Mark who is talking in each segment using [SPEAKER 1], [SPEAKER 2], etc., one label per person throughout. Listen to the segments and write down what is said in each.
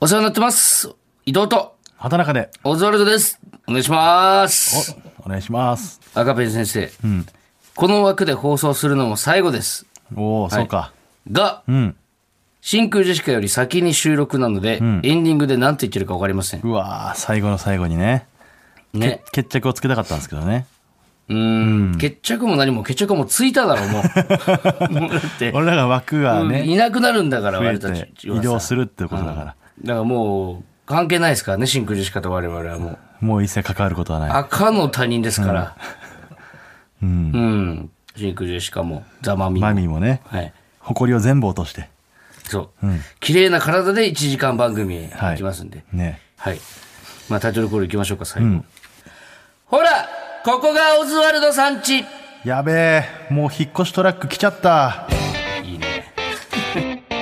[SPEAKER 1] お世話になってます。伊藤と
[SPEAKER 2] 畑中で
[SPEAKER 1] オズワルドです。お願いします。
[SPEAKER 2] お願いします
[SPEAKER 1] 赤ペン先生、この枠で放送するのも最後です。
[SPEAKER 2] おお、そうか
[SPEAKER 1] が、
[SPEAKER 2] うん
[SPEAKER 1] 真空ジェシカより先に収録なので、エンディングで何て言ってるか分かりません。
[SPEAKER 2] うわー最後の最後にね
[SPEAKER 1] ね。
[SPEAKER 2] 決着をつけたかったんですけどね
[SPEAKER 1] うーん。決着も何も決着もついただろう、も う。もうだって、
[SPEAKER 2] 俺らが枠がね
[SPEAKER 1] いなくなるんだから、
[SPEAKER 2] 増え
[SPEAKER 1] 俺たち
[SPEAKER 2] て
[SPEAKER 1] はさ。
[SPEAKER 2] 移動するってことだか
[SPEAKER 1] だ
[SPEAKER 2] ら
[SPEAKER 1] からもう、関係ないですからね、真空ジェシカと我々はもう。
[SPEAKER 2] もう一切関わることはない
[SPEAKER 1] 赤の他人ですから。うん。うん。真空ジェシカも、ザマミも
[SPEAKER 2] マミーもね
[SPEAKER 1] はい。
[SPEAKER 2] 誇りを全部落として
[SPEAKER 1] そう。綺麗な体で1時間番組へ
[SPEAKER 2] はい
[SPEAKER 1] 行きますんで。
[SPEAKER 2] ね
[SPEAKER 1] はい。まあタイトルコール行きましょうか、最後。ほらここがオズワルドさんち
[SPEAKER 2] やべえもう引っ越しトラック来ちゃった
[SPEAKER 1] いいね。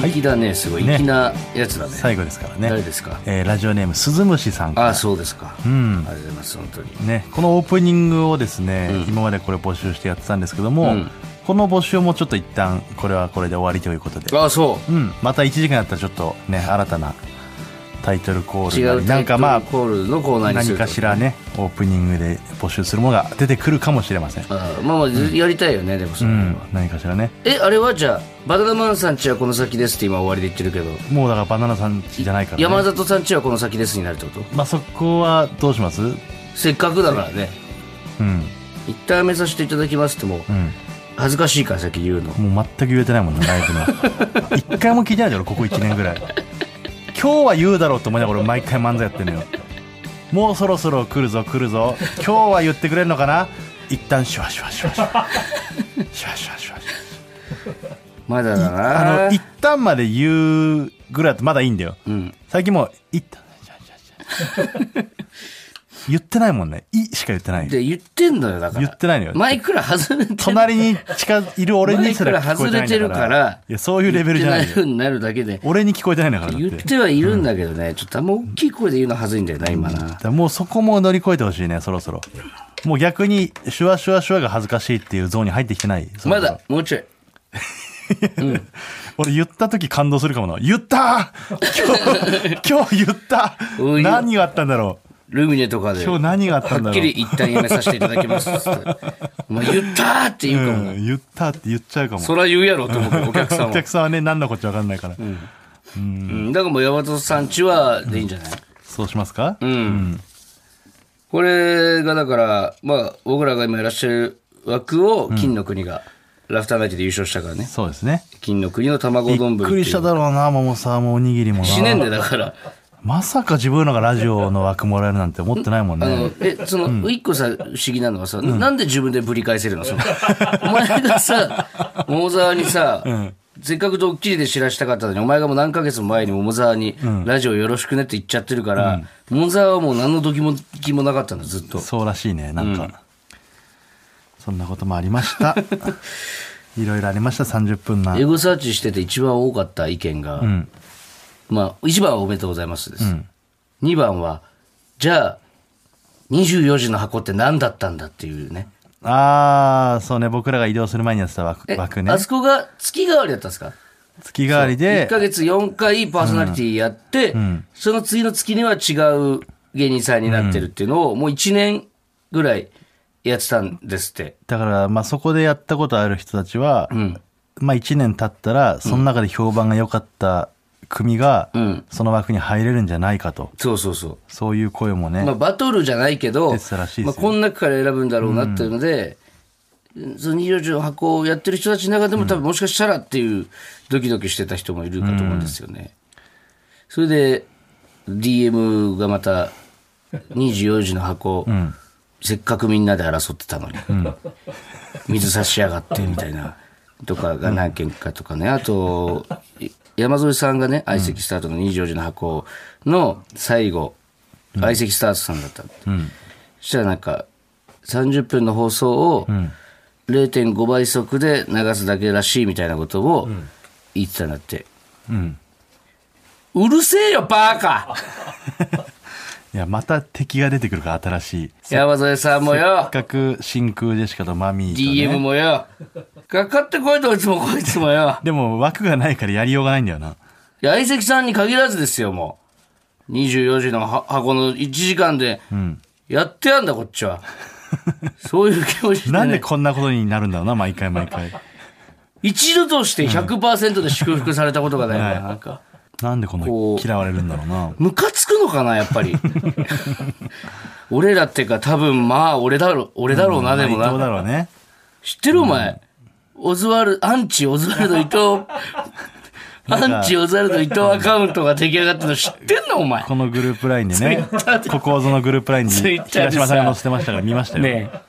[SPEAKER 1] 粋だね、すごい。
[SPEAKER 2] ね
[SPEAKER 1] 粋なやつだね。
[SPEAKER 2] 最後ですからね
[SPEAKER 1] 誰ですか
[SPEAKER 2] えーラジオネーム鈴虫さん
[SPEAKER 1] ああ、そうですか。ありがとうございます、本当に。
[SPEAKER 2] ね、このオープニングをですね、今までこれ募集してやってたんですけども、
[SPEAKER 1] うん
[SPEAKER 2] この募集もちょっと一旦これはこれで終わりということで、
[SPEAKER 1] ああ、そう。
[SPEAKER 2] うん、また1時間やったらちょっとね新たなタイトルコール
[SPEAKER 1] 違
[SPEAKER 2] な
[SPEAKER 1] う
[SPEAKER 2] りなんかまあ
[SPEAKER 1] コールのコーナーにす
[SPEAKER 2] 何
[SPEAKER 1] る
[SPEAKER 2] かしらねオープニングで募集するものが出てくるかもしれません、う
[SPEAKER 1] ああまあまあずやりたいよねでもそれは、
[SPEAKER 2] ん、何かしらね
[SPEAKER 1] えあれはじゃあバナナマンさんちはこの先ですって今終わりで言ってるけど、
[SPEAKER 2] もうだからバナナさんちじゃないから、ね、
[SPEAKER 1] 山里さんちはこの先ですになるってこと
[SPEAKER 2] まあ、そこはどうしますうん
[SPEAKER 1] せっかくだからね一旦やめさせていただきますってもう
[SPEAKER 2] うん
[SPEAKER 1] 恥ずかしいから先言うの
[SPEAKER 2] もう全く言えてないもんねライブの 一回も聞いてないだろここ1年ぐらい今日は言うだろうと思いながら俺毎回漫才やってんのよもうそろそろ来るぞ来るぞ今日は言ってくれるのかな一旦シュワシュワシュワシ ュワシュワシュワシュワシュワ
[SPEAKER 1] まだだな
[SPEAKER 2] あの、一旦まで言うぐらいだとまだいいんだよ。
[SPEAKER 1] ん
[SPEAKER 2] 最近もう、一旦、じゃじゃじゃ言ってないもんね。いしか言ってない。
[SPEAKER 1] で言ってんのよだから
[SPEAKER 2] 言ってないのよ
[SPEAKER 1] マイクラ外れてる
[SPEAKER 2] 隣に近いる俺にすら聞こえてないんだから。
[SPEAKER 1] マイクラ外れてるから
[SPEAKER 2] いや、そういうレベルじゃない
[SPEAKER 1] 言って
[SPEAKER 2] よ。
[SPEAKER 1] ようになるだけで
[SPEAKER 2] 俺に聞こえてないんだからだっ
[SPEAKER 1] 言
[SPEAKER 2] て。
[SPEAKER 1] ってはいるんだけどね、ちょっとあんま大きい声で言うのはずいんだよな今な
[SPEAKER 2] だからもうそこも乗り越えてほしいね、そろそろ。もう逆に、シュワシュワシュワが恥ずかしいっていうゾーンに入ってきてない。そろ
[SPEAKER 1] ま
[SPEAKER 2] そろ
[SPEAKER 1] だもうちょい
[SPEAKER 2] 俺言った時感動するかもな。言った今日、今日言った
[SPEAKER 1] おい
[SPEAKER 2] 何があったんだろう
[SPEAKER 1] ルミネとかで
[SPEAKER 2] 今日何があったんだろう
[SPEAKER 1] はっきり一旦やめさせていただき ますっつって。お前言ったーって言うかもな。
[SPEAKER 2] うん、言ったって言っちゃうかも。
[SPEAKER 1] そら言うやろと思うけど、お客さん
[SPEAKER 2] お
[SPEAKER 1] は
[SPEAKER 2] 客。さんはね、何のこっちゃわかんないから。
[SPEAKER 1] うんだからもう、ヤマトさんちはでいいんじゃない
[SPEAKER 2] そうしますか、
[SPEAKER 1] うん。これがだから、まあ、僕らが今いらっしゃる枠を、金の国が、ラフターナイトで優勝したからね。
[SPEAKER 2] そうですね。
[SPEAKER 1] 金の国の卵
[SPEAKER 2] び
[SPEAKER 1] 丼ぶ
[SPEAKER 2] っくりしただろうな、桃沢もおにぎりもな。
[SPEAKER 1] 死ねんで、だから。
[SPEAKER 2] まさか自分のがラジオの枠もらえるなんて思ってないもん
[SPEAKER 1] あの
[SPEAKER 2] ね。
[SPEAKER 1] えその一個さ不思議なのはさ、なんで自分でぶり返せるのそのお前がさ桃沢にさ、せっかくドッキリで知らしたかったのにお前がもう何ヶ月も前に桃沢に、ラジオよろしくね」って言っちゃってるから、桃沢はもう何の時も気もなかったんだずっと
[SPEAKER 2] そうらしいね、なんか。そんなこともあり ました。いろいろありました、30分な
[SPEAKER 1] エ。ゴサーチしてて一番多かった意見が、
[SPEAKER 2] ん
[SPEAKER 1] まあ1番は「おめでとうございます」です、2番は「じゃあ24時の箱って何だったんだ」っていうね
[SPEAKER 2] あー、そうね、僕らが移動する前にやってた枠
[SPEAKER 1] え
[SPEAKER 2] 枠ね
[SPEAKER 1] あ。そこが月替わりだったんですか
[SPEAKER 2] 月替わり
[SPEAKER 1] 1
[SPEAKER 2] で、
[SPEAKER 1] ヶ月4回パーソナリティやって、その次の月には違う芸人さんになってるっていうのを、もう1年ぐらいやってたんですって。
[SPEAKER 2] だから、まあ、そこでやったことある人たちは、まあ、1年経ったら、その中で評判が良かった組が、
[SPEAKER 1] ん
[SPEAKER 2] その枠に入れるんじゃないかと、
[SPEAKER 1] そうそうそう。
[SPEAKER 2] そういう声もね、
[SPEAKER 1] まあ、バトルじゃないけど、
[SPEAKER 2] 出てたらしいで
[SPEAKER 1] ま
[SPEAKER 2] すよ
[SPEAKER 1] あ、この中から選ぶんだろうなっていうので、その24時の箱をやってる人たちの中でも、多分もしかしたらっていう、ドキドキしてた人もいるかと思うんですよね。それで、DM がまた、24時の箱、せっかくみんなで争ってたのに、水差しやがってみたいな、とかが何件かとかね、あと、い山添さんがね、相席スタートの24時の箱の最後、相席スタートさんだったって。そしたらなんか、30分の放送を0.5倍速で流すだけらしいみたいなことを言ってたん だって。うるせえよ、バーカ
[SPEAKER 2] いや、また敵が出てくるから、新しい。せっ
[SPEAKER 1] 山添さんもよ、
[SPEAKER 2] かく真空ジェシカとマミーと、ね。
[SPEAKER 1] DM もよ、かかってこいどいつもこいつもよ。
[SPEAKER 2] でも枠がないからやりようがないんだよな。
[SPEAKER 1] いや相席さんに限らずですよ、もう。24時のは箱の1時間で、やってやんだ、こっちは。そういう気持ちで、ね。
[SPEAKER 2] なんでこんなことになるんだろうな、毎回毎回。
[SPEAKER 1] 一度として100%で祝福されたことがない から、なんか。
[SPEAKER 2] なんでこんな
[SPEAKER 1] こう
[SPEAKER 2] 嫌われるんだろうな。
[SPEAKER 1] ムカつくのかな、やっ ぱり。俺らっていうか、多分、まあ、俺だろ、俺だろうな、でも
[SPEAKER 2] ど
[SPEAKER 1] な。
[SPEAKER 2] うだろうね。
[SPEAKER 1] 知ってるお前。オズワル、アンチオズワルド伊藤、アンチオズワルド伊藤アカウントが出来上がったの知ってんの、お前。
[SPEAKER 2] このグループラインでね、ここぞのグループラインに
[SPEAKER 1] Twitter
[SPEAKER 2] 平
[SPEAKER 1] でさ
[SPEAKER 2] 島さんが載せてましたから見ましたよ。
[SPEAKER 1] ねえ。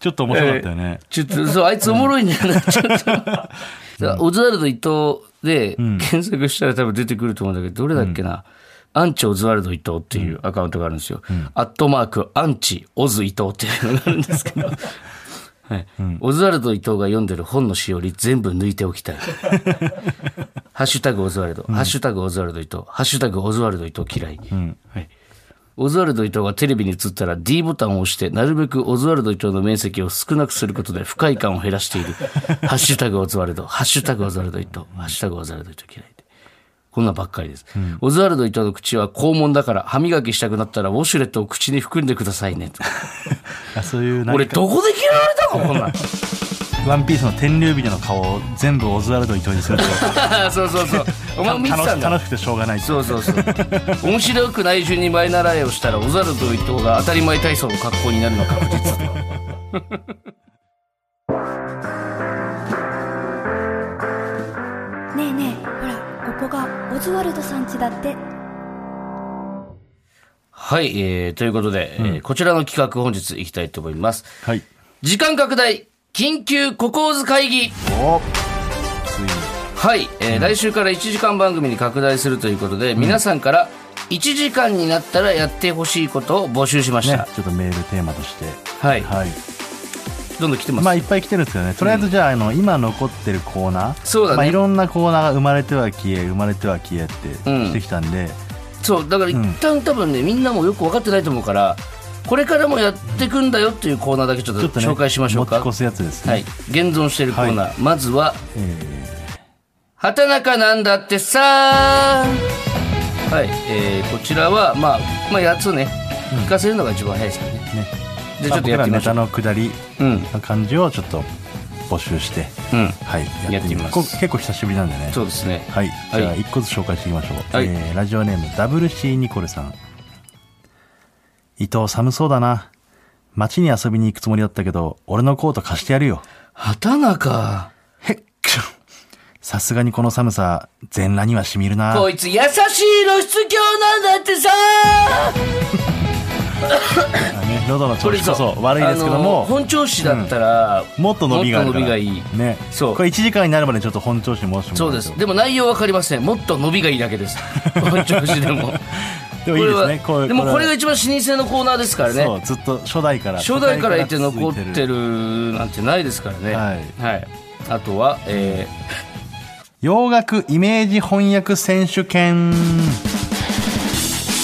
[SPEAKER 2] ちょっと面白かったよね。
[SPEAKER 1] ちょっと、そう、あいつおもろいんだよな、ちょっと。 さあオズワルド伊藤で検索したら多分出てくると思うんだけど、どれだっけな。アンチオズワルド伊藤っていうアカウントがあるんですよ。アットマーク、アンチオズ伊藤っていうのがあるんです けど。はいオズワルド伊藤が読んでる本のしおり全部抜いておき たい。ハッシュタグオズワルド、ハッシュタグオズワルド伊藤、ハッシュタグオズワルド伊藤嫌い。はいオズワルド伊藤がテレビに映ったら D ボタンを押して、なるべくオズワルド伊藤の面積を少なくすることで不快感を減らしてい る。ハッシュタグオズワルド、ハッシュタグオズワルド伊藤、ハッシュタグオズワルド伊藤嫌いで。こんなんばっかりです。オズワルド伊藤の口は肛門だから、歯磨きしたくなったらウォシュレットを口に含んでくださいね。
[SPEAKER 2] あそういうなん
[SPEAKER 1] 俺
[SPEAKER 2] か、
[SPEAKER 1] どこで嫌われたのこんなん。
[SPEAKER 2] ワンピースの天竜人の顔を全部オズワルド伊藤に すると
[SPEAKER 1] そうそうそう。お前も見て
[SPEAKER 2] 楽
[SPEAKER 1] た
[SPEAKER 2] し
[SPEAKER 1] んだ。
[SPEAKER 2] 楽しくてしょうがない。
[SPEAKER 1] そうそうそう。面白くない順に前習いをしたら、オザルド伊藤が当たり前体操の格好になるのは確実だと。
[SPEAKER 3] ねえねえほらここがオズワルドさん家だって
[SPEAKER 1] はい、えー、ということで、えーこちらの企画本日いきたいと思います。
[SPEAKER 2] はい。
[SPEAKER 1] 時間拡大、緊急ココーズ会議。
[SPEAKER 2] おついに。
[SPEAKER 1] はい、えー来週から1時間番組に拡大するということで、皆さんから1時間になったらやってほしいことを募集しまし
[SPEAKER 2] ね
[SPEAKER 1] た。、
[SPEAKER 2] ちょっとメールテーマとして、
[SPEAKER 1] はい、
[SPEAKER 2] はい
[SPEAKER 1] どんどん来てます。
[SPEAKER 2] まあ、いっぱい来てるんですけどねとりあえずじゃあ,、あの今残ってるコーナー
[SPEAKER 1] そうだね
[SPEAKER 2] まあ、いろんなコーナーが生まれては消え生まれては消えって
[SPEAKER 1] うん
[SPEAKER 2] してきたんで、
[SPEAKER 1] そう、だから一旦多分ね、みんなもよく分かってないと思うから、これからもやっていくんだよっていうコーナーだけちょっ
[SPEAKER 2] ちょ
[SPEAKER 1] と
[SPEAKER 2] っとね
[SPEAKER 1] 紹介しましょうか。
[SPEAKER 2] 持ち越すやつですね、
[SPEAKER 1] はい。現存しているコーナー。まずは、
[SPEAKER 2] えー
[SPEAKER 1] 畑中なんだってさはい。えー、こちらは、まあ、まあ、やつね、聞かせるのが一番早いですからね。
[SPEAKER 2] ね
[SPEAKER 1] じゃあちょっとやってみましょう
[SPEAKER 2] まあ僕らネタの下り
[SPEAKER 1] うん。
[SPEAKER 2] の感じをちょっと募集して、
[SPEAKER 1] うん。
[SPEAKER 2] はい
[SPEAKER 1] やってみます
[SPEAKER 2] こ結構久しぶりなんでね
[SPEAKER 1] そうですね。
[SPEAKER 2] はい、
[SPEAKER 1] はい
[SPEAKER 2] じゃあ一個ずつ紹介していきましょう、
[SPEAKER 1] はい
[SPEAKER 2] えーラジオネーム WC ニコルさん伊藤寒そうだな街に遊びに行くつもりだったけど俺のコート貸してやるよ
[SPEAKER 1] 畑中。
[SPEAKER 2] へっくしょさすがにこの寒さ全裸にはしみるな
[SPEAKER 1] こいつ優しい露出狂なんだってさ
[SPEAKER 2] ね喉の調子こそ悪いですけど
[SPEAKER 1] あの
[SPEAKER 2] も、
[SPEAKER 1] 本調子だったら、
[SPEAKER 2] もっと伸びがあるか
[SPEAKER 1] も
[SPEAKER 2] ら
[SPEAKER 1] っと伸びがいい。
[SPEAKER 2] ね
[SPEAKER 1] そう
[SPEAKER 2] これ1時間になるまでちょっと本調子に戻して
[SPEAKER 1] そ
[SPEAKER 2] も
[SPEAKER 1] う
[SPEAKER 2] ら
[SPEAKER 1] で
[SPEAKER 2] と
[SPEAKER 1] す。でも内容わかりません。もっと伸びがいいだけ です。本調子でも。
[SPEAKER 2] でもいいですね
[SPEAKER 1] これは
[SPEAKER 2] う
[SPEAKER 1] でもこれが
[SPEAKER 2] は
[SPEAKER 1] 一番老舗のコーナーですからね。
[SPEAKER 2] そうずっと初代から
[SPEAKER 1] 初代からいて残っ
[SPEAKER 2] 初代から続い
[SPEAKER 1] てるなんてないですからね。
[SPEAKER 2] は
[SPEAKER 1] はいい。あとは、え
[SPEAKER 2] 洋楽イメージ翻訳選手権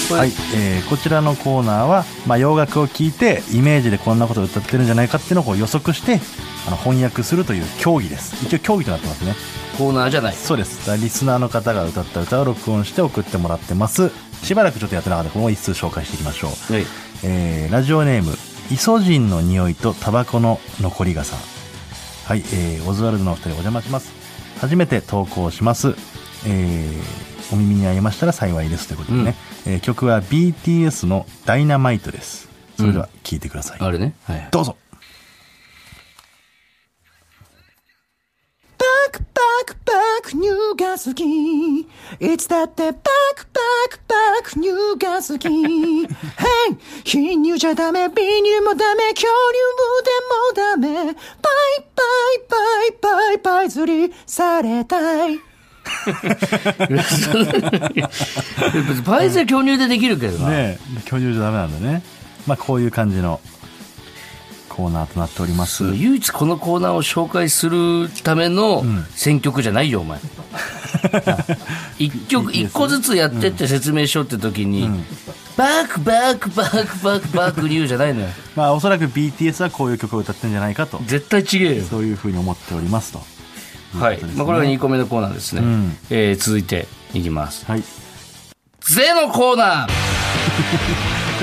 [SPEAKER 1] これ
[SPEAKER 2] はい、えーこちらのコーナーは、まあ、洋楽を聴いてイメージでこんなことを歌ってるんじゃないかっていうのをこう予測してあの翻訳するという競技です一応競技となってますね
[SPEAKER 1] ーコーナーじゃない。
[SPEAKER 2] そうですリスナーの方が歌った歌を録音して送ってもらってますしばらくちょっとやってなかったのでこの一通紹介していきましょう、
[SPEAKER 1] はい。
[SPEAKER 2] えーラジオネームイソジンの匂いとタバコの残り傘はい、えーオズワルドのお二人お邪魔します初めて投稿します、えーお耳に合いましたら幸いですということでね、えー曲は BTS の「ダイナマイト」ですそれでは聴いてください、
[SPEAKER 1] あれね。はい。
[SPEAKER 2] どうぞ
[SPEAKER 4] パクパクパク乳が好きいつだってパクパクパク乳が好き Hey 貧乳じゃダメ貧乳もダメ恐竜でもダメパイパイパイパイパイ釣りされたい
[SPEAKER 1] 別にパイズは巨乳でできるけどな。
[SPEAKER 2] ねえ巨乳じゃダメなんだねまあこういう感じのコーナーとなっております
[SPEAKER 1] 唯一このコーナーを紹介するための選曲じゃないよ、お 前。一曲、一個ずつやってって説明しようって時に、パバクバクバクバクバクニューじゃないのよ。
[SPEAKER 2] まあおそらく BTS はこういう曲を歌ってんじゃないかと
[SPEAKER 1] 絶対ちげえよ。
[SPEAKER 2] そういうふうに思っておりますと
[SPEAKER 1] はい。まあ、これが2個目のコーナーですね。
[SPEAKER 2] ん
[SPEAKER 1] えー続いていきます。
[SPEAKER 2] はい
[SPEAKER 1] ゼのコーナー
[SPEAKER 2] こ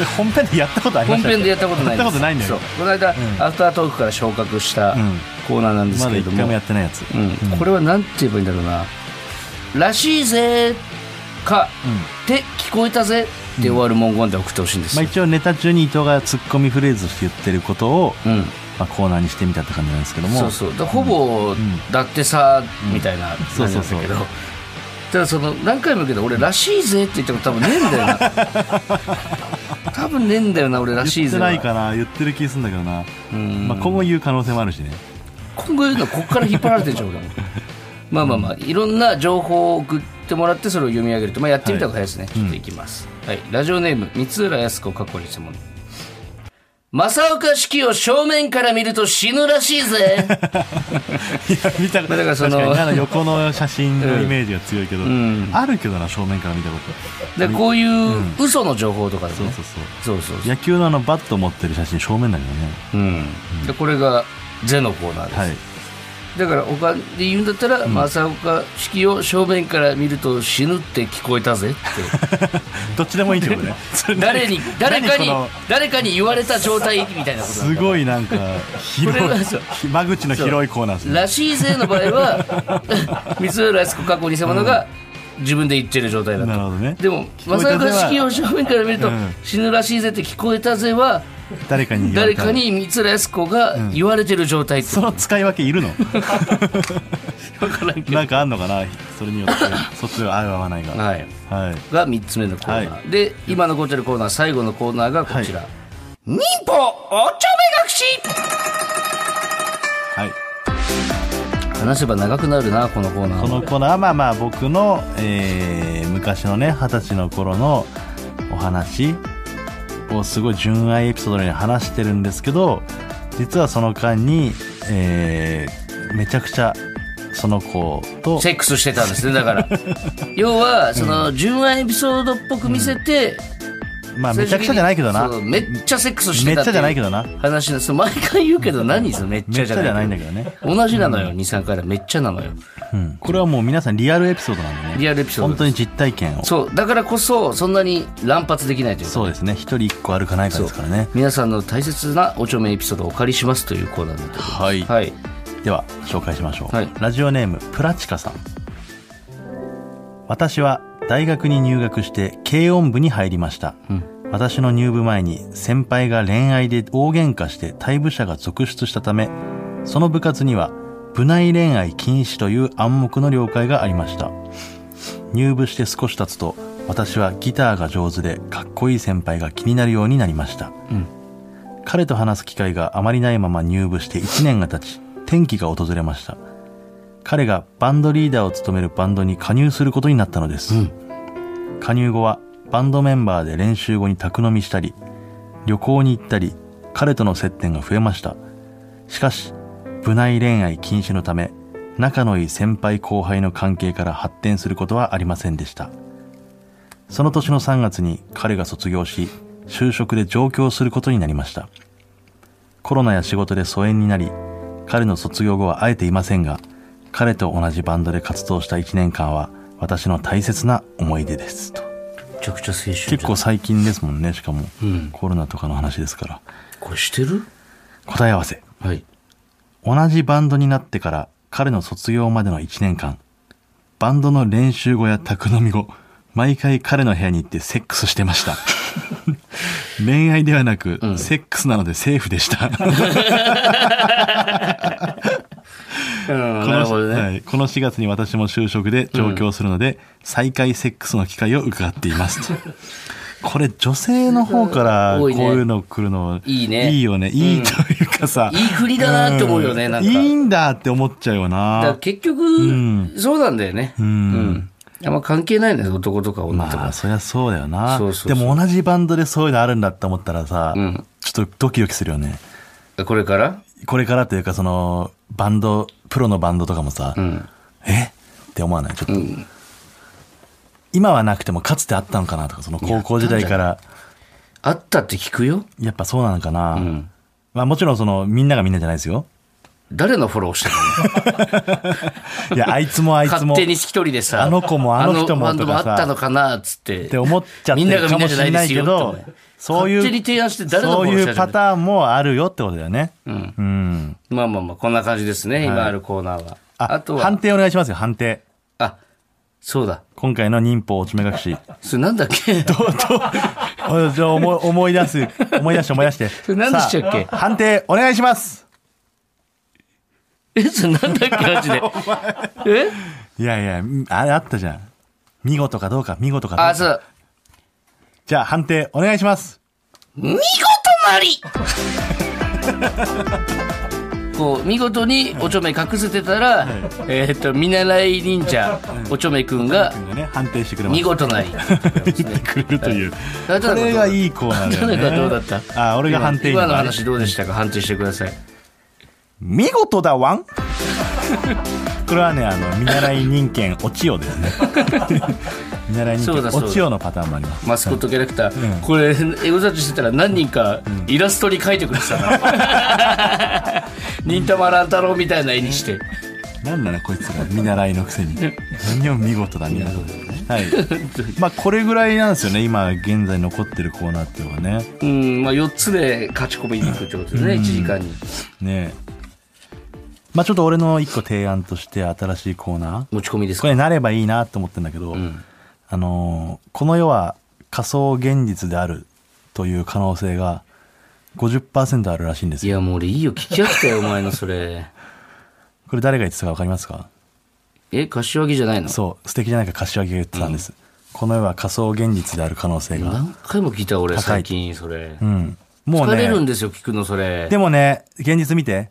[SPEAKER 2] れ本編でやったことありま
[SPEAKER 1] 本
[SPEAKER 2] した
[SPEAKER 1] 編でやったことないです
[SPEAKER 2] やったことないんだ
[SPEAKER 1] そう
[SPEAKER 2] よ
[SPEAKER 1] この間、アフタートークから昇格した
[SPEAKER 2] ん
[SPEAKER 1] コーナーなんです
[SPEAKER 2] ま
[SPEAKER 1] けれ
[SPEAKER 2] だ一
[SPEAKER 1] ど
[SPEAKER 2] 回
[SPEAKER 1] も、
[SPEAKER 2] もやってないやつ
[SPEAKER 1] うんこれはなんて言えばいいんだろうな「らしいぜ」か「って聞こえたぜ」で終わる文言で送ってほしいんです
[SPEAKER 2] まあ
[SPEAKER 1] よ、
[SPEAKER 2] 一応ネタ中に伊藤がツッコミフレーズとして言ってることを
[SPEAKER 1] うん、
[SPEAKER 2] まあコーナーにしてみたって感じなんですけども
[SPEAKER 1] そうそうだほぼ「だってさ」みたいな
[SPEAKER 2] そ
[SPEAKER 1] 感
[SPEAKER 2] う
[SPEAKER 1] じな
[SPEAKER 2] そうんそ
[SPEAKER 1] だ
[SPEAKER 2] う
[SPEAKER 1] けどただその何回も言うけど俺「らしいぜ」って言っても多分ねえんだよ な多分ねえんだよな俺「らし
[SPEAKER 2] 言
[SPEAKER 1] い
[SPEAKER 2] って
[SPEAKER 1] ぜ
[SPEAKER 2] な
[SPEAKER 1] は」
[SPEAKER 2] いかな言ってる気するんだけどな
[SPEAKER 1] うん
[SPEAKER 2] まあ今後言う可能性もあるしね
[SPEAKER 1] 今後言うのはここから引っ張られてるじゃん俺も まあまあまあいろんな情報を送ってもらってそれを読み上げると、まあ、やってみた方が早いですね、ちょっといきます、はいラジオネーム三浦康子過去にしてもの正岡子規を正面から見ると死ぬらしいぜ
[SPEAKER 2] いや見た
[SPEAKER 1] まあだからその
[SPEAKER 2] 確かにあの横の写真のイメージが強いけど、
[SPEAKER 1] ん
[SPEAKER 2] あるけどな正面から見たこと
[SPEAKER 1] でこういう嘘の情報とかです
[SPEAKER 2] そう
[SPEAKER 1] ね、
[SPEAKER 2] そうそ
[SPEAKER 1] そ
[SPEAKER 2] う
[SPEAKER 1] うそうそう
[SPEAKER 2] 野球のあのバット持ってる写真正面だけどね
[SPEAKER 1] うん、でこれが「ゼ」のコーナーです、
[SPEAKER 2] はい
[SPEAKER 1] だから他で言うんだったら、正岡子規を正面から見ると死ぬって聞こえたぜって
[SPEAKER 2] どっちでもいいってこと ね
[SPEAKER 1] 誰に誰かに
[SPEAKER 2] 何この
[SPEAKER 1] 誰かに言われた状態みたいなことなん
[SPEAKER 2] す
[SPEAKER 1] だ
[SPEAKER 2] ごいなんか広
[SPEAKER 1] これはそう
[SPEAKER 2] い間口の広いコーナーですね
[SPEAKER 1] らしいぜの場合 は三浦靖子過去に様のが自分で言ってる状態だ
[SPEAKER 2] なる
[SPEAKER 1] と
[SPEAKER 2] ほどね
[SPEAKER 1] でも
[SPEAKER 2] 聞こえた
[SPEAKER 1] 正
[SPEAKER 2] ぜは
[SPEAKER 1] 岡子規を正面から見ると
[SPEAKER 2] うん
[SPEAKER 1] 「死ぬらしいぜ」って聞こえたぜは
[SPEAKER 2] 誰かに言わ
[SPEAKER 1] 誰
[SPEAKER 2] れた
[SPEAKER 1] かに三浦靖子が言われてる状態って
[SPEAKER 2] その使い分けい るの
[SPEAKER 1] 分からんけ
[SPEAKER 2] なんかあんのかなそれによ ってそっちが合う合わないが
[SPEAKER 1] ど、
[SPEAKER 2] は
[SPEAKER 1] はい、
[SPEAKER 2] い
[SPEAKER 1] が3つ目のコーナー、
[SPEAKER 2] は
[SPEAKER 1] で今残ってるコーナー最後のコーナーがこちら、民法おちょめ隠し
[SPEAKER 2] はい
[SPEAKER 1] 話せば長くなるなこのコーナーは
[SPEAKER 2] このコーナーはまあまあ僕の、えー昔のね二十歳の頃のお話をすごい純愛エピソードのように話してるんですけど実はその間に、えーめちゃくちゃその子と
[SPEAKER 1] セックスしてたんですねだから 要はその純愛エピソードっぽく見せて、
[SPEAKER 2] まあ
[SPEAKER 1] 最
[SPEAKER 2] めち
[SPEAKER 1] 終
[SPEAKER 2] ゃ
[SPEAKER 1] 的
[SPEAKER 2] く
[SPEAKER 1] に
[SPEAKER 2] ちゃじゃないけどな
[SPEAKER 1] そう
[SPEAKER 2] め
[SPEAKER 1] めっちゃセックスして
[SPEAKER 2] ったちゃじゃないけ
[SPEAKER 1] ど
[SPEAKER 2] どな
[SPEAKER 1] 話なんです毎回言うけど何そのめっち
[SPEAKER 2] め
[SPEAKER 1] ゃ
[SPEAKER 2] っち
[SPEAKER 1] じ
[SPEAKER 2] ゃ
[SPEAKER 1] ゃ
[SPEAKER 2] じ
[SPEAKER 1] ない
[SPEAKER 2] ゃないんだけどね、
[SPEAKER 1] 同じなのよ、23回らめっちゃなのよ
[SPEAKER 2] うん、これはもう皆さんリアルエピソードなんでね
[SPEAKER 1] リアルエピソード
[SPEAKER 2] 本当に実体験をそう
[SPEAKER 1] そうだからこそそんなに乱発できないというか
[SPEAKER 2] ですね一人一個あるかないかですからね
[SPEAKER 1] 皆さんの大切なおちょめエピソードをお借りしますというコーナーになっております
[SPEAKER 2] はい
[SPEAKER 1] はい、
[SPEAKER 2] では紹介しましょう、
[SPEAKER 1] はい
[SPEAKER 2] ラジオネームプラチカさん私は大学に入学して軽音部に入りました、私の入部前に先輩が恋愛で大喧嘩して退部者が続出したためその部活には部内恋愛禁止という暗黙の了解がありました入部して少し経つと私はギターが上手でかっこいい先輩が気になるようになりました、彼と話す機会があまりないまま入部して1年が経ち転機が訪れました彼がバンドリーダーを務めるバンドに加入することになったのです、加入後はバンドメンバーで練習後に宅飲みしたり旅行に行ったり彼との接点が増えましたしかし部内恋愛禁止のため仲のいい先輩後輩の関係から発展することはありませんでしたその年の3月に彼が卒業し就職で上京することになりましたコロナや仕事で疎遠になり彼の卒業後は会えていませんが彼と同じバンドで活動した1年間は私の大切な思い出ですと
[SPEAKER 1] めちゃくちゃ青春じゃん
[SPEAKER 2] 結構最近ですもんねしかも、コロナとかの話ですから
[SPEAKER 1] これしてる
[SPEAKER 2] 答え合わせ
[SPEAKER 1] はい
[SPEAKER 2] 同じバンドになってから彼の卒業までの1年間バンドの練習後や宅飲み後毎回彼の部屋に行ってセックスしてました恋愛ではなく、セックスなのでセーフでしたこ
[SPEAKER 1] うんなるほど
[SPEAKER 2] の
[SPEAKER 1] ね、
[SPEAKER 2] はいこの4月に私も就職で上京するので、再開セックスの機会を伺っていますと これ女性の方からこ
[SPEAKER 1] 多
[SPEAKER 2] う
[SPEAKER 1] いね
[SPEAKER 2] いうの来るの
[SPEAKER 1] いいね
[SPEAKER 2] いいよねいいというかさ、
[SPEAKER 1] いい振りだなって思うよね
[SPEAKER 2] ん
[SPEAKER 1] なんか
[SPEAKER 2] いいんだって思っちゃうよな
[SPEAKER 1] だから結局、そうなんだよね。うん。あんま関係ないんだよ、男とか女とか。
[SPEAKER 2] まあ、そりゃそうだよな。
[SPEAKER 1] そうそうそう
[SPEAKER 2] でも同じバンドでそういうのあるんだって思ったらさ、
[SPEAKER 1] ん
[SPEAKER 2] ちょっとドキドキするよね。
[SPEAKER 1] これから
[SPEAKER 2] これからというか、その、バンド、プロのバンドとかもさ、
[SPEAKER 1] ん
[SPEAKER 2] えって思わないちょっと、今はなくてもかつてあったのかなとか、その高校時代から
[SPEAKER 1] あったって聞くよ。
[SPEAKER 2] やっぱそうなのかな、
[SPEAKER 1] ん
[SPEAKER 2] まあもちろんその、みんながみんなじゃないですよ。
[SPEAKER 1] 誰のフォローしたの
[SPEAKER 2] い や、あいつもあいつ
[SPEAKER 1] 勝
[SPEAKER 2] も。
[SPEAKER 1] 手に一人でさ、
[SPEAKER 2] あの子もあの人
[SPEAKER 1] あのバ
[SPEAKER 2] もとかさ
[SPEAKER 1] ンドもあったのかなっつって。
[SPEAKER 2] って思っちゃって
[SPEAKER 1] みんな
[SPEAKER 2] る
[SPEAKER 1] が
[SPEAKER 2] か
[SPEAKER 1] みんな
[SPEAKER 2] も
[SPEAKER 1] じ
[SPEAKER 2] し
[SPEAKER 1] ゃな
[SPEAKER 2] れ
[SPEAKER 1] い
[SPEAKER 2] な
[SPEAKER 1] で
[SPEAKER 2] い
[SPEAKER 1] す
[SPEAKER 2] け
[SPEAKER 1] よ。
[SPEAKER 2] ど
[SPEAKER 1] と、
[SPEAKER 2] そういう、
[SPEAKER 1] 勝手に提案して誰の
[SPEAKER 2] そう
[SPEAKER 1] フォロー
[SPEAKER 2] い
[SPEAKER 1] した
[SPEAKER 2] うパターンもあるよってことだよね。うん。
[SPEAKER 1] まあまあまあ、こんな感じですね、今あるコーナーは。
[SPEAKER 2] あ
[SPEAKER 1] あと
[SPEAKER 2] 判
[SPEAKER 1] は、
[SPEAKER 2] 定お願いしますよ、判定。
[SPEAKER 1] あ、そうだ。
[SPEAKER 2] 今回の忍法おちめ隠し。
[SPEAKER 1] それなんだっけ
[SPEAKER 2] あじゃあ思い思い出す、思い出して思い出して。
[SPEAKER 1] それ何でしたっけ
[SPEAKER 2] さあ判定お願いします
[SPEAKER 1] え、それなんだっけマ ジで。え
[SPEAKER 2] いやいや、あれあったじゃん。見事かどうか、見事かどうか。
[SPEAKER 1] あ、そう。
[SPEAKER 2] じゃあ判定お願いします。
[SPEAKER 1] 見事な りこう見事におちょめ隠せてたら、えーっと見習い忍者おちょめくんが
[SPEAKER 2] 君がね、判定してくれまし
[SPEAKER 1] 見
[SPEAKER 2] た。
[SPEAKER 1] 事なり
[SPEAKER 2] 言ってくれるという。
[SPEAKER 1] はい
[SPEAKER 2] これがいいコーナーだよね。
[SPEAKER 1] どうだどうだった
[SPEAKER 2] あ、俺が判定員
[SPEAKER 1] 今
[SPEAKER 2] だ
[SPEAKER 1] 今
[SPEAKER 2] ね
[SPEAKER 1] の話どうでしたか判定してください
[SPEAKER 2] 見事だわんこれはねあの見習い人間お千代です ね見習い人
[SPEAKER 1] そうだ
[SPEAKER 2] 間
[SPEAKER 1] そう
[SPEAKER 2] お
[SPEAKER 1] だ
[SPEAKER 2] 千代のパターンもあります
[SPEAKER 1] マスコットキャラクター、これエゴサーチしてたら何人かイラストに描いてくれ てたな忍たま乱太郎みたいな絵にして
[SPEAKER 2] なんだねこいつら見習いのくせに何を見事だ見事だ はいまあこれぐらいなんですよね今現在残ってるコーナーっていうのはね
[SPEAKER 1] うんまあ4つで勝ち込みに行くってことですね、1時間に
[SPEAKER 2] ねえまあちょっと俺の一個提案として新しいコーナー
[SPEAKER 1] 持ち込みです
[SPEAKER 2] こ
[SPEAKER 1] か
[SPEAKER 2] れなればいいなと思ってんだけど、
[SPEAKER 1] ん
[SPEAKER 2] あのーこの世は仮想現実であるという可能性が50%あるらしいんです
[SPEAKER 1] い
[SPEAKER 2] よ。
[SPEAKER 1] やもう俺いいよ聞き飽きたよお前のそ れ
[SPEAKER 2] これ誰が言ってたかわかりますか
[SPEAKER 1] え柏木じゃないの
[SPEAKER 2] そう、素敵じゃないか柏木が言ってたんです。この世は仮想現実である可能性が。
[SPEAKER 1] 何回も聞いた俺
[SPEAKER 2] 高い
[SPEAKER 1] 最近それ、
[SPEAKER 2] うん。もう
[SPEAKER 1] 疲れるん
[SPEAKER 2] ね、
[SPEAKER 1] ですよ聞くのそれ
[SPEAKER 2] でもね、現実見て。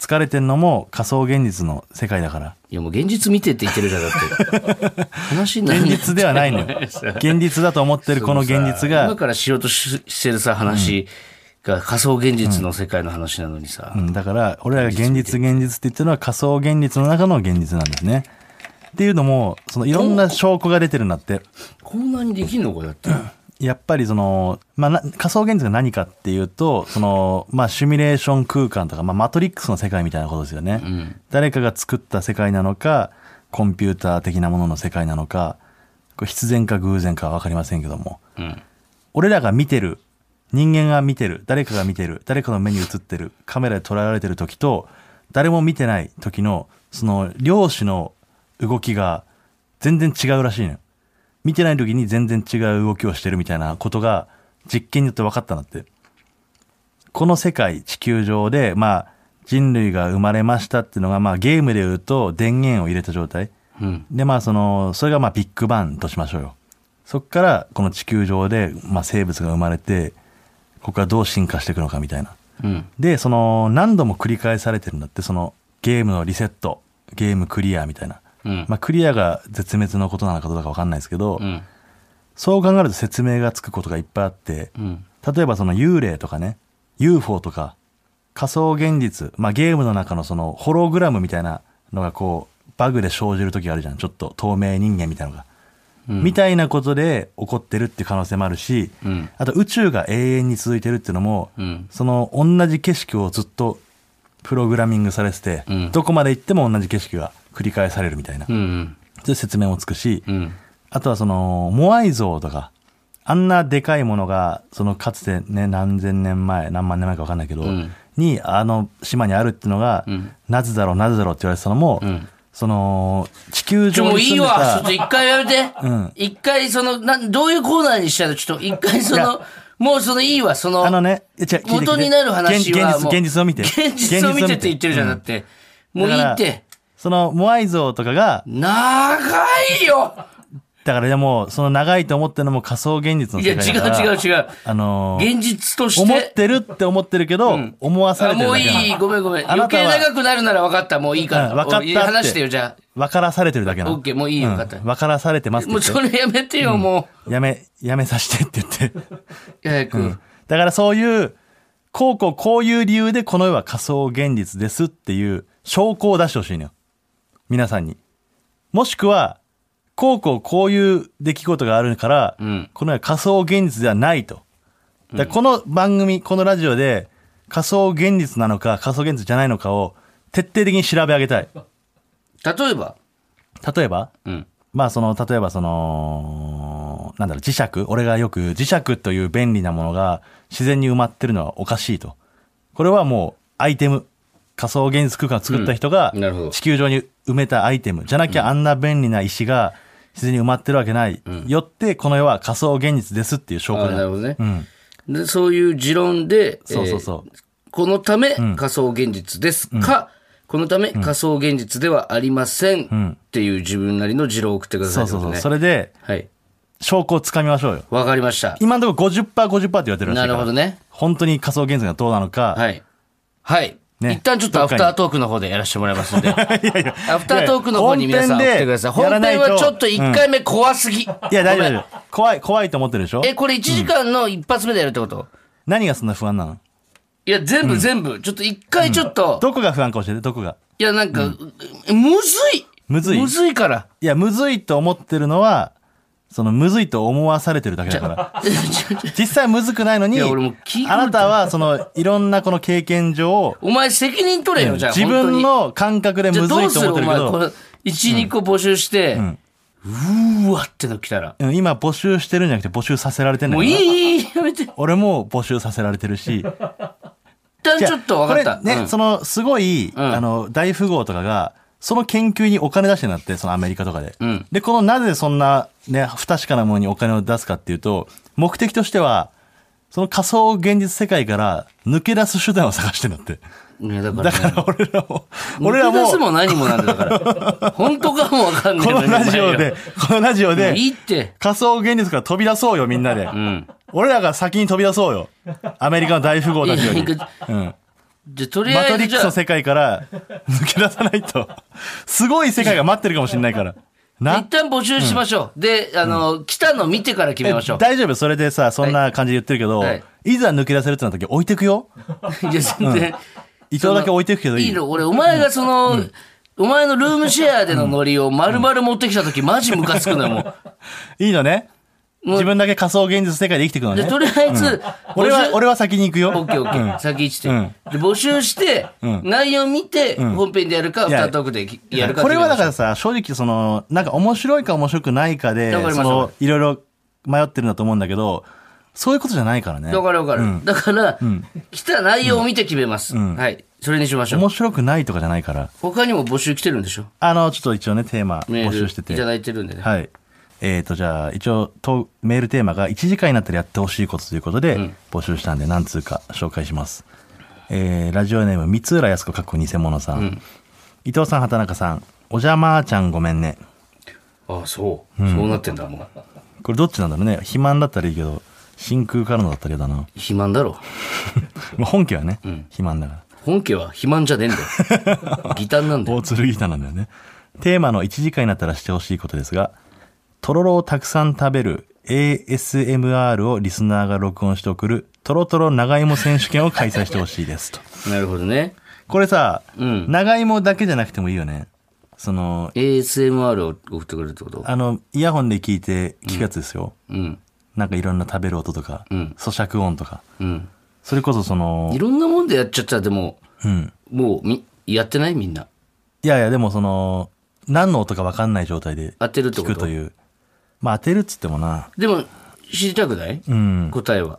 [SPEAKER 2] 疲れてんのも仮想現実の世界だから。
[SPEAKER 1] いやもう現実見てって言ってるじゃんだ って話になら
[SPEAKER 2] 現
[SPEAKER 1] ない
[SPEAKER 2] 実ではないのよ。現実だと思ってるこの現実
[SPEAKER 1] 今
[SPEAKER 2] が、
[SPEAKER 1] からしようとししてるさ話が仮想現実の世界の話なのにさ、
[SPEAKER 2] うん、だから、俺らが現実現実って言ってるのは仮想現実の中の現実なんですね。っていうのも、そのいろんな証拠が出てるんだって。
[SPEAKER 1] こんなにできんのかだって、
[SPEAKER 2] やっぱりその、まあ、な仮想現実が何かっていうと、その、まあ、シミュレーション空間とか、まあ、マトリックスの世界みたいなことですよね。
[SPEAKER 1] ん
[SPEAKER 2] 誰かが作った世界なのか、コンピューター的なものの世界なのか、これ必然か偶然かわかりませんけども。
[SPEAKER 1] うん、
[SPEAKER 2] 俺らが見てる、人間が見てる、誰かが見てる、誰かの目に映ってる、カメラで捉えられてる時と、誰も見てない時の、その、量子の動きが全然違うらしいの、よ。見てない時に全然違う動きをしてるみたいなことが、実験によって分かったんだって。この世界、地球上で、まあ、人類が生まれましたっていうのが、まあ、ゲームで言うと電源を入れた状態。
[SPEAKER 1] うん
[SPEAKER 2] でまあそのそれがまあビッグバンとしましょうよそっからこの地球上で、まあ、生物が生まれてここからどう進化していくのかみたいな
[SPEAKER 1] うん
[SPEAKER 2] でその何度も繰り返されてるんだってそのゲームのリセットゲームクリアみたいな、
[SPEAKER 1] うん
[SPEAKER 2] まあ、クリアが絶滅のことなのかどうか分かんないですけど、
[SPEAKER 1] うん
[SPEAKER 2] そう考えると説明がつくことがいっぱいあって、
[SPEAKER 1] うん
[SPEAKER 2] 例えばその幽霊とかね UFO とか仮想現実、まあ、ゲームの中のそのホログラムみたいなのがこうバグで生じる時があるじゃんちょっと透明人間みたいなのが、みたいなことで起こってるっていう可能性もあるし、
[SPEAKER 1] うん
[SPEAKER 2] あと宇宙が永遠に続いてるっていうのも、
[SPEAKER 1] うん
[SPEAKER 2] その同じ景色をずっとプログラミングされてて、
[SPEAKER 1] うん
[SPEAKER 2] どこまで行っても同じ景色が繰り返されるみたいな、
[SPEAKER 1] う
[SPEAKER 2] そ
[SPEAKER 1] ん
[SPEAKER 2] ういう説明もつくし、
[SPEAKER 1] うん
[SPEAKER 2] あとはその、モアイ像とか、あんなでかいものが、そのかつてね、何千年前、何万年前か分かんないけど、
[SPEAKER 1] ん
[SPEAKER 2] に、あの島にあるっていうのが、なぜだろう、なぜだろうって言われてたのも、
[SPEAKER 1] ん
[SPEAKER 2] その、地球
[SPEAKER 1] ちょ、
[SPEAKER 2] 上
[SPEAKER 1] もう
[SPEAKER 2] に
[SPEAKER 1] い
[SPEAKER 2] 住ん
[SPEAKER 1] い
[SPEAKER 2] で
[SPEAKER 1] わ。ちょ
[SPEAKER 2] た
[SPEAKER 1] っと、一回やめて
[SPEAKER 2] うん。
[SPEAKER 1] 一、回、その、なん、どういうコーナーにしたのちょっと、一回そ
[SPEAKER 2] い
[SPEAKER 1] の
[SPEAKER 2] や、
[SPEAKER 1] もうそのいいわ、その、
[SPEAKER 2] あのね、いや違う聞いて聞いて
[SPEAKER 1] 元になる話は
[SPEAKER 2] 現
[SPEAKER 1] もう
[SPEAKER 2] 現実、現実を見て。
[SPEAKER 1] 現実を見てって言ってるじゃん、だって。もういいっ。
[SPEAKER 2] うんだか
[SPEAKER 1] て
[SPEAKER 2] ら。その、モアイ像とかが、
[SPEAKER 1] 長いよ
[SPEAKER 2] だからでも、その長いと思ってるのも仮想現実の
[SPEAKER 1] いや、
[SPEAKER 2] 世界
[SPEAKER 1] 違
[SPEAKER 2] だから。
[SPEAKER 1] う違う違う。
[SPEAKER 2] あのー
[SPEAKER 1] 現実として。
[SPEAKER 2] 思ってるって思ってるけど、思わさ
[SPEAKER 1] あ
[SPEAKER 2] れてる
[SPEAKER 1] もう
[SPEAKER 2] だけなの
[SPEAKER 1] いい、ごめんごめん。
[SPEAKER 2] あな
[SPEAKER 1] 余
[SPEAKER 2] たは
[SPEAKER 1] 計長くなるなら分かった、もういいから。
[SPEAKER 2] うん分かったって
[SPEAKER 1] おい話してよ、じゃ
[SPEAKER 2] 分からされてるだけ
[SPEAKER 1] あ。
[SPEAKER 2] な
[SPEAKER 1] オッ
[SPEAKER 2] の。
[SPEAKER 1] ケー、もういいよ、分かった。
[SPEAKER 2] 分からされてますって
[SPEAKER 1] も
[SPEAKER 2] 言
[SPEAKER 1] う
[SPEAKER 2] って
[SPEAKER 1] それやめてよ、も
[SPEAKER 2] やめ、やめさせてって言って。
[SPEAKER 1] う。早く。
[SPEAKER 2] だからそういう、こうこうこういう理由でこの世は仮想現実ですっていう証拠を出してほしいのよ。皆さんに。もしくは、こうこうこういう出来事があるから、
[SPEAKER 1] ん
[SPEAKER 2] この世は仮想現実ではないと。だからこの番組、このラジオで、仮想現実なのか、仮想現実じゃないのかを、徹底的に調べ上げたい。
[SPEAKER 1] 例えば、
[SPEAKER 2] 例えば、
[SPEAKER 1] うん。
[SPEAKER 2] まあその、例えばその、なんだろう、磁石俺がよく磁石という便利なものが自然に埋まってるのはおかしいと。これはもうアイテム。仮想現実空間を作った人が
[SPEAKER 1] うんなるほど
[SPEAKER 2] 地球上に埋めたアイテム。じゃなきゃあんな便利な石が自然に埋まってるわけない。よってこの世は仮想現実ですっていう証
[SPEAKER 1] ああ、
[SPEAKER 2] 拠だ。
[SPEAKER 1] なるほどね
[SPEAKER 2] う。ん。
[SPEAKER 1] でそういう持論で、
[SPEAKER 2] そうそうそう
[SPEAKER 1] えーこのため仮想現実ですか、このため仮想現実ではありませんっていう自分なりの持論を送ってください、
[SPEAKER 2] そう
[SPEAKER 1] ね。
[SPEAKER 2] そうそう。それで
[SPEAKER 1] はい。
[SPEAKER 2] 証拠をつかみましょうよ。
[SPEAKER 1] わかりました。
[SPEAKER 2] 今のところ 50%50% 50%って言われてるらしいか
[SPEAKER 1] な
[SPEAKER 2] ら。
[SPEAKER 1] るほど。ね。
[SPEAKER 2] 本当に仮想現実がどうなのか。
[SPEAKER 1] はい。はい。
[SPEAKER 2] ね
[SPEAKER 1] 一旦ちょっとアフタートークの方でやらせてもらいますの で。アフタートークの方に皆さん送ってください。
[SPEAKER 2] 本
[SPEAKER 1] 本
[SPEAKER 2] 編で
[SPEAKER 1] 編
[SPEAKER 2] やらない
[SPEAKER 1] はち
[SPEAKER 2] と
[SPEAKER 1] ょっと1回目怖すぎ。い
[SPEAKER 2] いや、大丈夫大丈夫。怖い、怖いと思ってるでしょ
[SPEAKER 1] え、これ1時間の一発目でやるってこと
[SPEAKER 2] 何がそんな不安なの
[SPEAKER 1] いや、全部全部。ちょっと一回ちょっと。
[SPEAKER 2] どこが不安か教えて、どこが。
[SPEAKER 1] いや、なんか、むずい。
[SPEAKER 2] むずい
[SPEAKER 1] むずいから。
[SPEAKER 2] いや、むずいと思ってるのは、そのむずいと思わされてるだけだから。実際むずくないのに、
[SPEAKER 1] いや俺もう聞いたこと
[SPEAKER 2] あなたはそのいろんなこの経験上、
[SPEAKER 1] お前責任取れよ、じゃあ。
[SPEAKER 2] 自分の感覚で
[SPEAKER 1] 本当に、
[SPEAKER 2] むずい
[SPEAKER 1] じゃあどうする
[SPEAKER 2] と思って
[SPEAKER 1] お
[SPEAKER 2] るけ
[SPEAKER 1] 前、こ
[SPEAKER 2] ど、
[SPEAKER 1] れ、1、2個募集して、うーわっての来たら。
[SPEAKER 2] うん今募集してるんじゃなくて募集させられてんだ
[SPEAKER 1] も
[SPEAKER 2] か
[SPEAKER 1] う
[SPEAKER 2] ら
[SPEAKER 1] いい、やめて。一
[SPEAKER 2] 俺も募集させられてるし、
[SPEAKER 1] 旦ちょっと分かった。
[SPEAKER 2] これね、
[SPEAKER 1] うん
[SPEAKER 2] その、すごい、
[SPEAKER 1] ん
[SPEAKER 2] あの、大富豪とかが、その研究にお金出してなって、そのアメリカとかで。
[SPEAKER 1] ん
[SPEAKER 2] で、このなぜそんな、ね、不確かなものにお金を出すかっていうと、目的としては、その仮想現実世界から抜け出す手段を探してんだって。
[SPEAKER 1] いや、だから、
[SPEAKER 2] だから 俺らも、俺ら
[SPEAKER 1] 抜け出
[SPEAKER 2] も、
[SPEAKER 1] す
[SPEAKER 2] こ
[SPEAKER 1] も何もなんだから。 本当かもわかんない
[SPEAKER 2] のラジオで、このラジオ
[SPEAKER 1] もう
[SPEAKER 2] で、
[SPEAKER 1] いいって。
[SPEAKER 2] 仮想現実から飛び出そうよ、みんなで。
[SPEAKER 1] うん。
[SPEAKER 2] 俺らが先に飛び出そうよ。アメリカの大富豪たちより。
[SPEAKER 1] いやなんか
[SPEAKER 2] うん。
[SPEAKER 1] じゃあ、とり
[SPEAKER 2] マ
[SPEAKER 1] あ
[SPEAKER 2] ト
[SPEAKER 1] えず
[SPEAKER 2] リッ
[SPEAKER 1] じ
[SPEAKER 2] クス
[SPEAKER 1] ゃ
[SPEAKER 2] の
[SPEAKER 1] あ、
[SPEAKER 2] 世界から抜け出さないと、すごい世界が待ってるかもしれないから。
[SPEAKER 1] 一
[SPEAKER 2] な
[SPEAKER 1] 旦募集しましょう。で、あの、来たの見てから決めましょう。
[SPEAKER 2] 大丈夫それでさ、そんな感じで言ってるけど、
[SPEAKER 1] はいい、
[SPEAKER 2] ざ抜け出せるってなった時置いてくよ。
[SPEAKER 1] いや、全然。
[SPEAKER 2] 伊藤だけ置いてくけどいい。
[SPEAKER 1] いいの俺、お前がその、お前のルームシェアでのノリを丸々持ってきたとき、マジムカつくのよ、もう。
[SPEAKER 2] いいのね
[SPEAKER 1] もう
[SPEAKER 2] 自分だけ仮想現実世界で生きていくの
[SPEAKER 1] で、
[SPEAKER 2] ね
[SPEAKER 1] と。りあえず、
[SPEAKER 2] 俺は、俺
[SPEAKER 1] は、
[SPEAKER 2] は先に行くよ。
[SPEAKER 1] オッケーオッケー、先一
[SPEAKER 2] う
[SPEAKER 1] 点
[SPEAKER 2] ん。
[SPEAKER 1] で、募集して、
[SPEAKER 2] ん
[SPEAKER 1] 内容見て、本編でやるか、ア
[SPEAKER 2] い
[SPEAKER 1] フ
[SPEAKER 2] や
[SPEAKER 1] タートークでやるか。
[SPEAKER 2] これはだから、さ、正直その、なんか面白いか面白くないかで、
[SPEAKER 1] わかり
[SPEAKER 2] そ
[SPEAKER 1] ますわ
[SPEAKER 2] の
[SPEAKER 1] か、
[SPEAKER 2] いろいろ迷ってるんだと思うんだけど、そういうことじゃないからね。
[SPEAKER 1] わかるわかる。だから、来た内容を見て決めます。はい。それにしましょう
[SPEAKER 2] 面。白くないとかじゃないから。
[SPEAKER 1] 他にも募集来てるんでしょ
[SPEAKER 2] あの、ちょっと一応ね、テーマ
[SPEAKER 1] メー
[SPEAKER 2] 募
[SPEAKER 1] ル
[SPEAKER 2] 集してて。
[SPEAKER 1] いただいてるんでね。
[SPEAKER 2] はい。えー、と、じゃあ、一応、とメールテーマが1時間になったらやってほしいことということで、募集したんで、何通か紹介します。えー、ラジオネーム、三浦康子かっこ偽物さん。伊藤さん、畑中さん、おじゃまーちゃんごめんね。
[SPEAKER 1] ああ、そう。そうなってんだ、もう。
[SPEAKER 2] これどっちなんだろうね。肥満だったらいいけど、真空からのだったら嫌だな。
[SPEAKER 1] 肥満だろ。
[SPEAKER 2] まあ本家はね、肥満だから。
[SPEAKER 1] 本家は肥満じゃねえんだ よ。ギターなんだよ。
[SPEAKER 2] 大鶴ギターなんだよね。テーマの1時間になったらしてほしいことですが、とろろをたくさん食べる ASMR をリスナーが録音して送る、とろとろ長芋選手権を開催してほしいですと。
[SPEAKER 1] なるほどね。
[SPEAKER 2] これさ、
[SPEAKER 1] うん
[SPEAKER 2] 長芋だけじゃなくてもいいよね。その、
[SPEAKER 1] ASMR を送ってくれるってこと
[SPEAKER 2] あの、イヤホンで聞いて聞くやつですよ。
[SPEAKER 1] うん。
[SPEAKER 2] なんかいろんな食べる音とか、
[SPEAKER 1] うん
[SPEAKER 2] 咀嚼音とか。
[SPEAKER 1] うん。
[SPEAKER 2] それこそその
[SPEAKER 1] い、ろんなもんでやっちゃったら、でも、
[SPEAKER 2] うん。
[SPEAKER 1] もうみ、やってないみんな。
[SPEAKER 2] いやいや、でもその、何の音かわかんない状態で
[SPEAKER 1] 当てるって
[SPEAKER 2] 聞
[SPEAKER 1] こと
[SPEAKER 2] くという。まあ当てるっつってもな、
[SPEAKER 1] でも、知りたくない、
[SPEAKER 2] うん。
[SPEAKER 1] 答えは。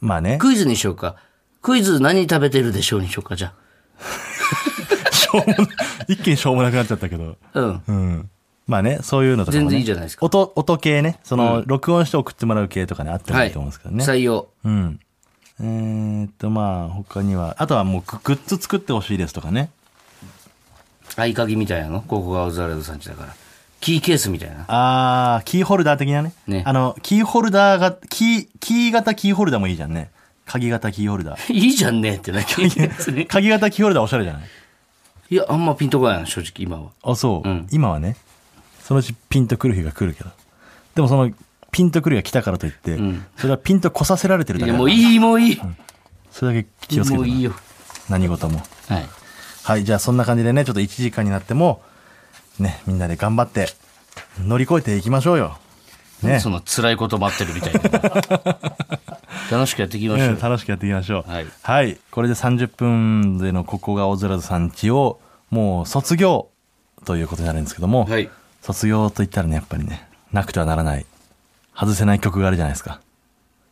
[SPEAKER 2] まあね。
[SPEAKER 1] クイズにしようか。クイズ何食べてるでしょうにしようか、じゃ
[SPEAKER 2] しょうもな 一気にしょうもなくなっちゃったけど。
[SPEAKER 1] あ。うん。
[SPEAKER 2] うん。まあね、そういうのとかも、
[SPEAKER 1] 全
[SPEAKER 2] ね。
[SPEAKER 1] 然いいじゃないですか
[SPEAKER 2] 音、音系ね。その、録音して送ってもらう系とかね、あっても
[SPEAKER 1] はい
[SPEAKER 2] い
[SPEAKER 1] い。
[SPEAKER 2] と思うんですけどね。
[SPEAKER 1] 採用。
[SPEAKER 2] うん。えーっと、まあ、他には、あとはもうグ、グッズ作ってほしいですとかね。
[SPEAKER 1] 合鍵みたいなのここがオズワルドさんちだから。キーケースみたいな。
[SPEAKER 2] あー、キーホルダー的なね。
[SPEAKER 1] ね
[SPEAKER 2] あの、キーホルダーが、キー、キー型キーホルダーもいいじゃんね。鍵型キーホ ルダー。
[SPEAKER 1] いいじゃんねってな、キーケースに。
[SPEAKER 2] 鍵型キーホルダーおしゃれじゃない
[SPEAKER 1] いや、あんまピンとこないな、正直、今は。
[SPEAKER 2] あ、そう、
[SPEAKER 1] うん
[SPEAKER 2] 今はね、そのうちピンとくる日が来るけど。でもその、ピンとくる日が来たからといって、
[SPEAKER 1] ん
[SPEAKER 2] それはピンと来させられてる
[SPEAKER 1] い
[SPEAKER 2] だけ
[SPEAKER 1] や、
[SPEAKER 2] だか
[SPEAKER 1] も
[SPEAKER 2] ら
[SPEAKER 1] ういい、もういい。
[SPEAKER 2] それだけ気をつけ
[SPEAKER 1] も
[SPEAKER 2] て
[SPEAKER 1] ういい
[SPEAKER 2] な
[SPEAKER 1] よ。
[SPEAKER 2] 何事も。
[SPEAKER 1] はい。
[SPEAKER 2] はい、じゃあそんな感じでね、ちょっと1時間になっても、ね、みんなで頑張って、乗り越えていきましょうよ。ね
[SPEAKER 1] その辛いこと待ってるみたいな。楽しくやっていきましょう。
[SPEAKER 2] うん楽しくやっていきましょう。
[SPEAKER 1] はい
[SPEAKER 2] これで30分でのここが大空さんちを、もう卒業ということになるんですけども、
[SPEAKER 1] はい
[SPEAKER 2] 卒業といったらね、やっぱりね、なくてはならない、外せない曲があるじゃないですか。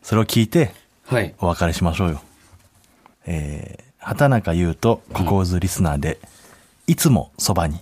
[SPEAKER 2] それを聞いて、
[SPEAKER 1] はい。
[SPEAKER 2] お別れしましょうよ。えー、畑中優とここうずリスナーで、いつもそばに。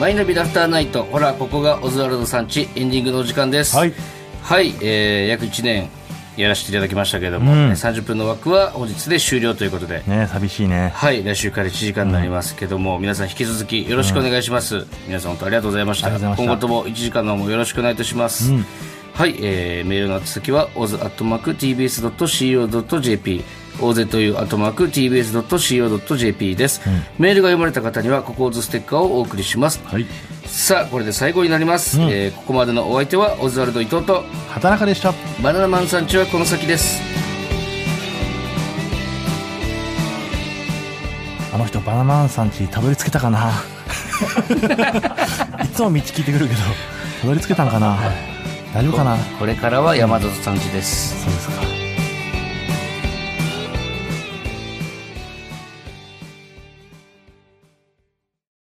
[SPEAKER 1] マイナビラフターナイト、ほら、ここがオズワルドさんち、エンディングのお時間です。
[SPEAKER 2] はい。
[SPEAKER 1] はい、えー約1年やらせていただきましたけれども、
[SPEAKER 2] うん
[SPEAKER 1] 30分の枠は本日で終了ということで、
[SPEAKER 2] ね寂しいね。
[SPEAKER 1] はい、来週から1時間になりますけども、皆さん引き続きよろしくお願いします。皆さん本当ありがとうございました。
[SPEAKER 2] ありがとうござい
[SPEAKER 1] 今後
[SPEAKER 2] ました
[SPEAKER 1] とも1時間の方もよろしくお願いいたします。はい、えーメールの宛先は oz.tbs.co.jp oz.tbs.co.jp です、メールが読まれた方にはここオズステッカーをお送りします、
[SPEAKER 2] はい。
[SPEAKER 1] さあこれで最後になります、えーここまでのお相手はオズワルド伊藤と
[SPEAKER 2] 畑中でした。
[SPEAKER 1] バナナマンさんちはこの先です
[SPEAKER 2] あの人バナナマンさん家にたどり着けたかな いつも道聞いてくるけどたどり着けたのかな大丈夫かな
[SPEAKER 1] これからは山里さんちです、
[SPEAKER 2] そうですか